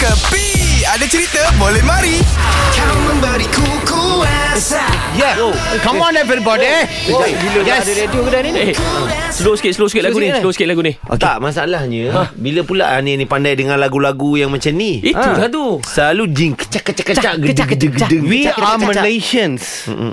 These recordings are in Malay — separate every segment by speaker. Speaker 1: Kepi Ada cerita boleh mari Kau memberiku kuasa
Speaker 2: Yeah. Oh. Come on everybody. Oh.
Speaker 3: Gila yes. ada radio ke dah ni?
Speaker 4: Eh, slow sikit, slow sikit lagu ni.
Speaker 3: Slow sikit, eh?
Speaker 4: Slow sikit lagu ni.
Speaker 2: Okay. Tak masalahnya ha. Eh? bila pula ni ni pandai dengan lagu-lagu yang macam ni.
Speaker 4: Itulah tu.
Speaker 2: Selalu jing kecak kecak kecak gedeg gedeg gedeg.
Speaker 5: We
Speaker 2: Kecak, kecak,
Speaker 5: are
Speaker 2: kecak.
Speaker 5: Malaysians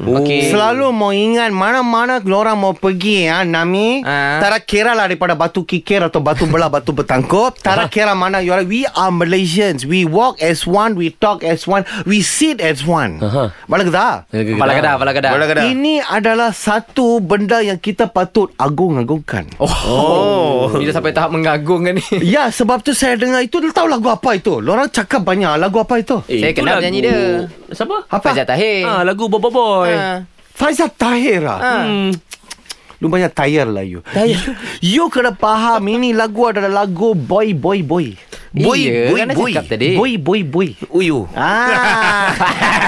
Speaker 3: Okey.
Speaker 5: Selalu mau ingat Mana-mana Orang mau pergi ya, Nami
Speaker 3: Ah.
Speaker 5: Tak kira lah Daripada batu kikir Atau batu belah Batu bertangkup Tak kira mana you are, We are Malaysians We walk as one We talk as one We sit as one
Speaker 4: Aha.
Speaker 5: Mana kedah
Speaker 3: Kepala kedah, kepala kedah.
Speaker 2: Bola kedah.
Speaker 5: Ini adalah satu benda yang kita patut agung-agungkan.
Speaker 3: Oh. oh. Bila sampai tahap mengagungkan ni.
Speaker 5: Ya, sebab tu saya dengar itu, dia tahu lagu apa itu. Lorang cakap banyak lagu apa itu.
Speaker 4: Eh,
Speaker 3: Saya
Speaker 4: itu
Speaker 3: kenal
Speaker 4: lagu-
Speaker 3: penyanyi dia.
Speaker 4: Siapa?
Speaker 5: Apa?
Speaker 3: Faizal Tahir.
Speaker 4: Ah, lagu Boy Boy Boy.
Speaker 3: Ha.
Speaker 5: Faizal Tahir ah.
Speaker 4: Hmm.
Speaker 5: Lu banyak tayar lah you. Tayar. You kena faham ini lagu adalah lagu boy boy boy.
Speaker 2: Boy,
Speaker 3: Iya,
Speaker 2: boy,
Speaker 3: kan dah
Speaker 2: boy.
Speaker 3: cakap tadi.
Speaker 5: Boy boy boy.
Speaker 2: Uyu.
Speaker 5: Ah.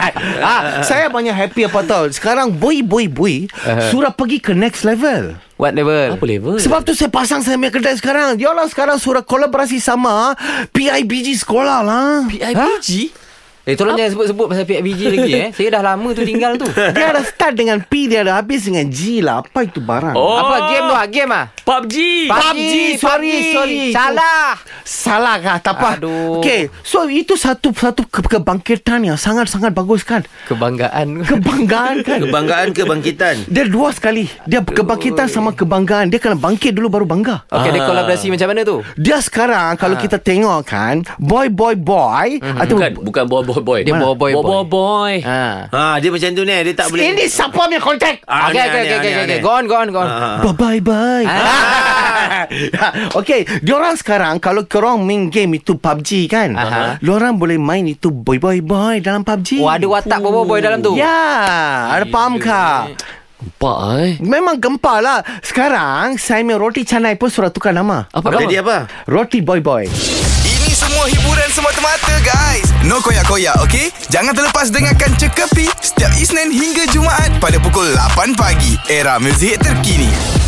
Speaker 5: ah, saya banyak happy apa tau. Sekarang boy boy boy uh-huh. surah pergi ke next level.
Speaker 3: What level?
Speaker 4: Apa level?
Speaker 5: Sebab tu saya pasang saya punya kedai sekarang. Dia orang sekarang surah kolaborasi sama PIBG sekolah lah.
Speaker 4: PIBG?
Speaker 3: Eh, tolong jangan sebut-sebut pasal PFBG lagi eh. Saya dah lama tu tinggal tu.
Speaker 5: Dia ada start dengan P Dia ada habis dengan G lah Apa itu barang
Speaker 4: Oh.
Speaker 3: Apa game tu? ah? Game ah?
Speaker 4: PUBG.
Speaker 5: PUBG, sorry, sorry.
Speaker 3: Salah.
Speaker 5: Salah kah tak apa
Speaker 3: Aduh.
Speaker 5: Okay So itu satu satu ke- kebangkitan yang sangat-sangat bagus kan
Speaker 3: Kebanggaan.
Speaker 5: Kebanggaan kan
Speaker 2: Kebanggaan kebangkitan.
Speaker 5: Dia dua sekali Dia kebangkitan sama kebanggaan Dia kena bangkit dulu baru bangga
Speaker 3: Okey, ada kolaborasi macam mana tu?
Speaker 5: Dia sekarang Kalau kita tengok kan Boy boy boy mm-hmm. Atau
Speaker 4: Bukan, bukan Boy Boy Boy.
Speaker 3: Dia Boy Boy
Speaker 4: Boy Boy
Speaker 3: Boy.
Speaker 4: Boy.
Speaker 3: Ha.
Speaker 2: Ha dia macam tu ni dia tak boleh.
Speaker 5: Ini siapa punya kontak
Speaker 2: Ah, aneh,
Speaker 3: Okey, okey,
Speaker 2: aneh,
Speaker 3: okey,
Speaker 2: aneh,
Speaker 3: okey, okey.
Speaker 2: aneh.
Speaker 3: Go on, go on, go on.
Speaker 2: Ah.
Speaker 5: Bye bye bye.
Speaker 3: Ah.
Speaker 5: okay, diorang sekarang kalau korang main game itu PUBG kan,
Speaker 3: Aha.
Speaker 5: diorang boleh main itu boy boy boy dalam PUBG.
Speaker 3: Oh, ada watak boy boy dalam tu.
Speaker 5: Ya, ada faham kah?
Speaker 4: Pak eh.
Speaker 5: Memang gempa lah. Sekarang saya main roti canai pun surat tukar nama.
Speaker 3: Oh.
Speaker 4: Apa
Speaker 2: Apa
Speaker 4: nama?
Speaker 2: dia apa?
Speaker 5: Roti boy boy.
Speaker 1: Ini semua hiburan semata-mata guys No koyak-koyak ok Jangan terlepas dengarkan Cekapi Setiap Isnin hingga Jumaat Pada pukul 8 pagi Era muzik terkini